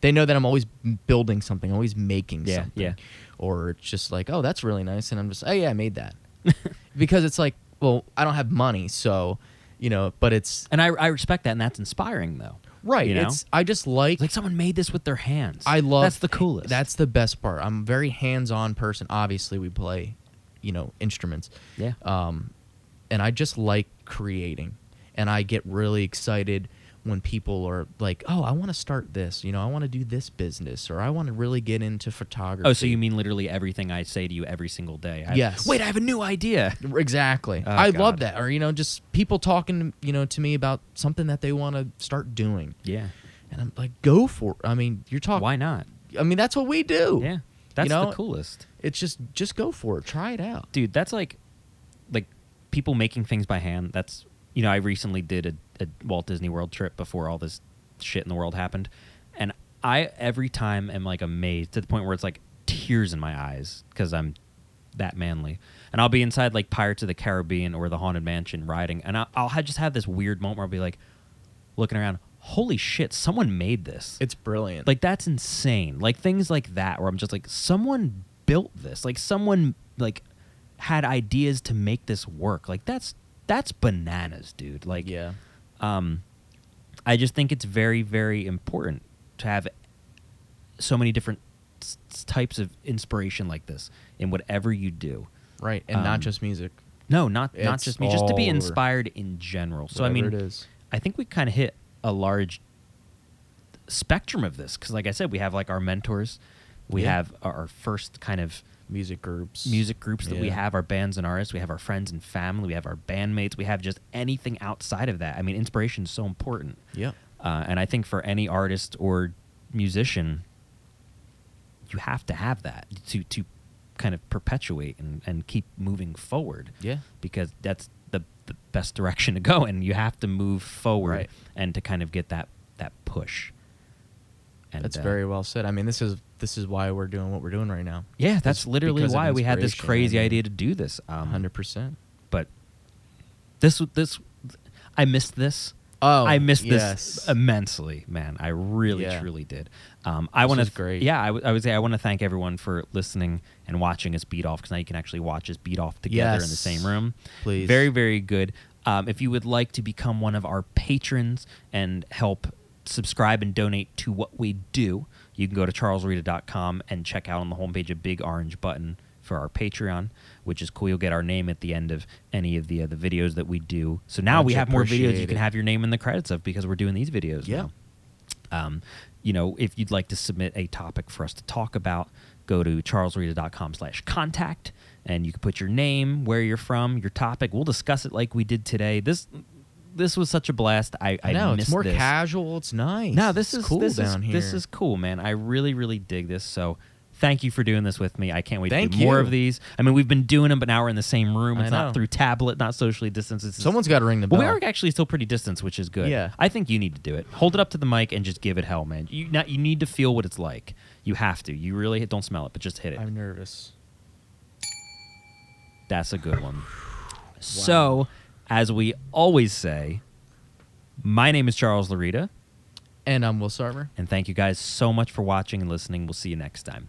B: they know that I'm always m- building something, always making
A: Yeah,
B: something.
A: yeah.
B: Or it's just like, oh, that's really nice. And I'm just, oh, yeah, I made that because it's like, well, I don't have money, so you know, but it's
A: and I, I respect that, and that's inspiring though.
B: right.
A: you know?
B: It's I just like,
A: Like someone made this with their hands.
B: I love
A: that's the coolest.
B: That's the best part. I'm a very hands-on person. Obviously, we play, you know, instruments.
A: yeah.
B: Um, and I just like creating, and I get really excited when people are like, "Oh, I want to start this. You know, I want to do this business, or I want to really get into photography."
A: Oh, so you mean literally everything I say to you every single day? I,
B: Yes.
A: Wait, I have a new idea.
B: Exactly.
A: Oh,
B: I love
A: God.
B: that. Or you know, just people talking, you know, to me about something that they want to start doing.
A: Yeah.
B: And I'm like, go for it. I mean, you're talking.
A: Why not?
B: I mean, that's what we do.
A: Yeah. That's
B: know-
A: the coolest.
B: It's just, just go for it. Try it out.
A: Dude, that's like like people making things by hand. That's you know, I recently did a, a Walt Disney World trip before all this shit in the world happened. And I every time am like amazed to the point where it's like tears in my eyes because I'm that manly. And I'll be inside like Pirates of the Caribbean or the Haunted Mansion riding, and I, I'll ha- just have this weird moment where I'll be like looking around, holy shit, someone made this.
B: It's brilliant.
A: Like that's insane. Like things like that where I'm just like someone built this. Like someone like had ideas to make this work. Like that's that's bananas, dude. Like
B: yeah,
A: um I just think it's very very important to have so many different s- s- types of inspiration like this in whatever you do.
B: right. And not
A: um,
B: just music.
A: No, not not
B: It's
A: just me, just to be
B: all over.
A: inspired in general. So I
B: Whatever
A: mean
B: it is.
A: I think we kind of hit a large spectrum of this because, like I said, we have like our mentors, we
B: Yeah.
A: have our our first kind of
B: music groups,
A: music groups that we
B: Yeah.
A: have, our bands and artists, we have our friends and family, we have our bandmates, we have just anything outside of that. I mean, inspiration is so important,
B: Yep.
A: uh, and I think for any artist or musician, you have to have that to to kind of perpetuate and, and keep moving forward
B: Yeah.
A: because that's the, the best direction to go and you have to move forward
B: Right.
A: and to kind of get that that push and
B: That's
A: uh,
B: very well said. I mean, this is this is why we're doing what we're doing right now.
A: yeah that's
B: It's
A: literally
B: because of
A: why we had this
B: inspiration, I
A: crazy
B: mean,
A: idea to do this um
B: 100%.
A: but this w- this i missed this
B: Oh,
A: I missed
B: yes.
A: this immensely, man. I really,
B: Yeah.
A: truly did. Um, I
B: This
A: want
B: is
A: to,
B: great.
A: yeah. I, w- I would say I want to thank everyone for listening and watching us beat off because now you can actually watch us beat off together in the
B: Yes.
A: same room.
B: Please.
A: very, very good. Um, if you would like to become one of our patrons and help subscribe and donate to what we do, you can go to charlesrita.com and check out on the homepage a big orange button for our Patreon, which is cool. You'll get our name at the end of any of the uh, the videos that we do. So now
B: Much
A: we have more videos you
B: appreciated.
A: can have your name in the credits of because we're doing these videos
B: Yeah.
A: now. Um, you know, if you'd like to submit a topic for us to talk about, go to charlesrita.com slash contact and you can put your name, where you're from, your topic. We'll discuss it like we did today. This this was such a blast. I, I
B: no, it's
A: missed
B: more
A: this.
B: casual. It's nice.
A: No, this
B: It's
A: is
B: cool
A: this is,
B: down here.
A: This is cool, man. I really, really dig this. So thank you for doing this with me. I can't wait
B: Thank
A: to do more
B: you.
A: of these. I mean, we've been doing them, but now we're in the same room.
B: I
A: It's not
B: know.
A: through tablet, not socially distanced. It's
B: Someone's got to ring the bell.
A: well, we are actually still pretty distanced, which is good.
B: Yeah.
A: I think you need to do it. Hold it up to the mic and just give it hell, man. You not, you need to feel what it's like. You have to. You really don't smell it, but just hit it.
B: I'm nervous.
A: That's a good one. So, as we always say, my name is Charles Larita,
B: And um, I'm Will Sarver.
A: and thank you guys so much for watching and listening. We'll see you next time.